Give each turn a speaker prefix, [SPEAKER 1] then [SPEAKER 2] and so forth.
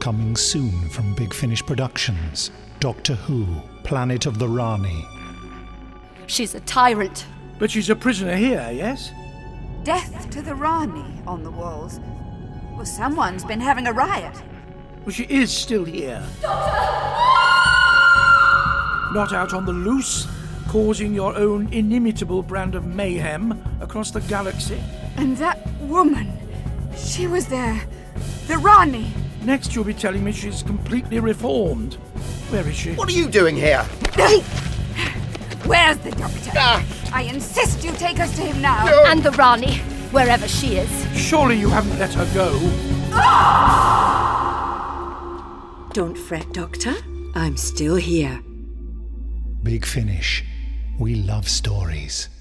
[SPEAKER 1] Coming soon from Big Finish Productions Doctor Who, Planet of the Rani.
[SPEAKER 2] She's a tyrant.
[SPEAKER 3] But she's a prisoner here, yes?
[SPEAKER 4] Death to the Rani on the walls. Well, someone's been having a riot.
[SPEAKER 3] Well, she is still here. Not out on the loose, causing your own inimitable brand of mayhem across the galaxy.
[SPEAKER 4] And that woman, she was there. The Rani.
[SPEAKER 3] Next, you'll be telling me she's completely reformed. Where is she?
[SPEAKER 5] What are you doing here?
[SPEAKER 4] Where's the doctor?
[SPEAKER 5] Ah.
[SPEAKER 4] I insist you take us to him now.
[SPEAKER 2] And the Rani, wherever she is.
[SPEAKER 3] Surely you haven't let her go.
[SPEAKER 6] Don't fret, Doctor. I'm still here.
[SPEAKER 1] Big Finish. We love stories.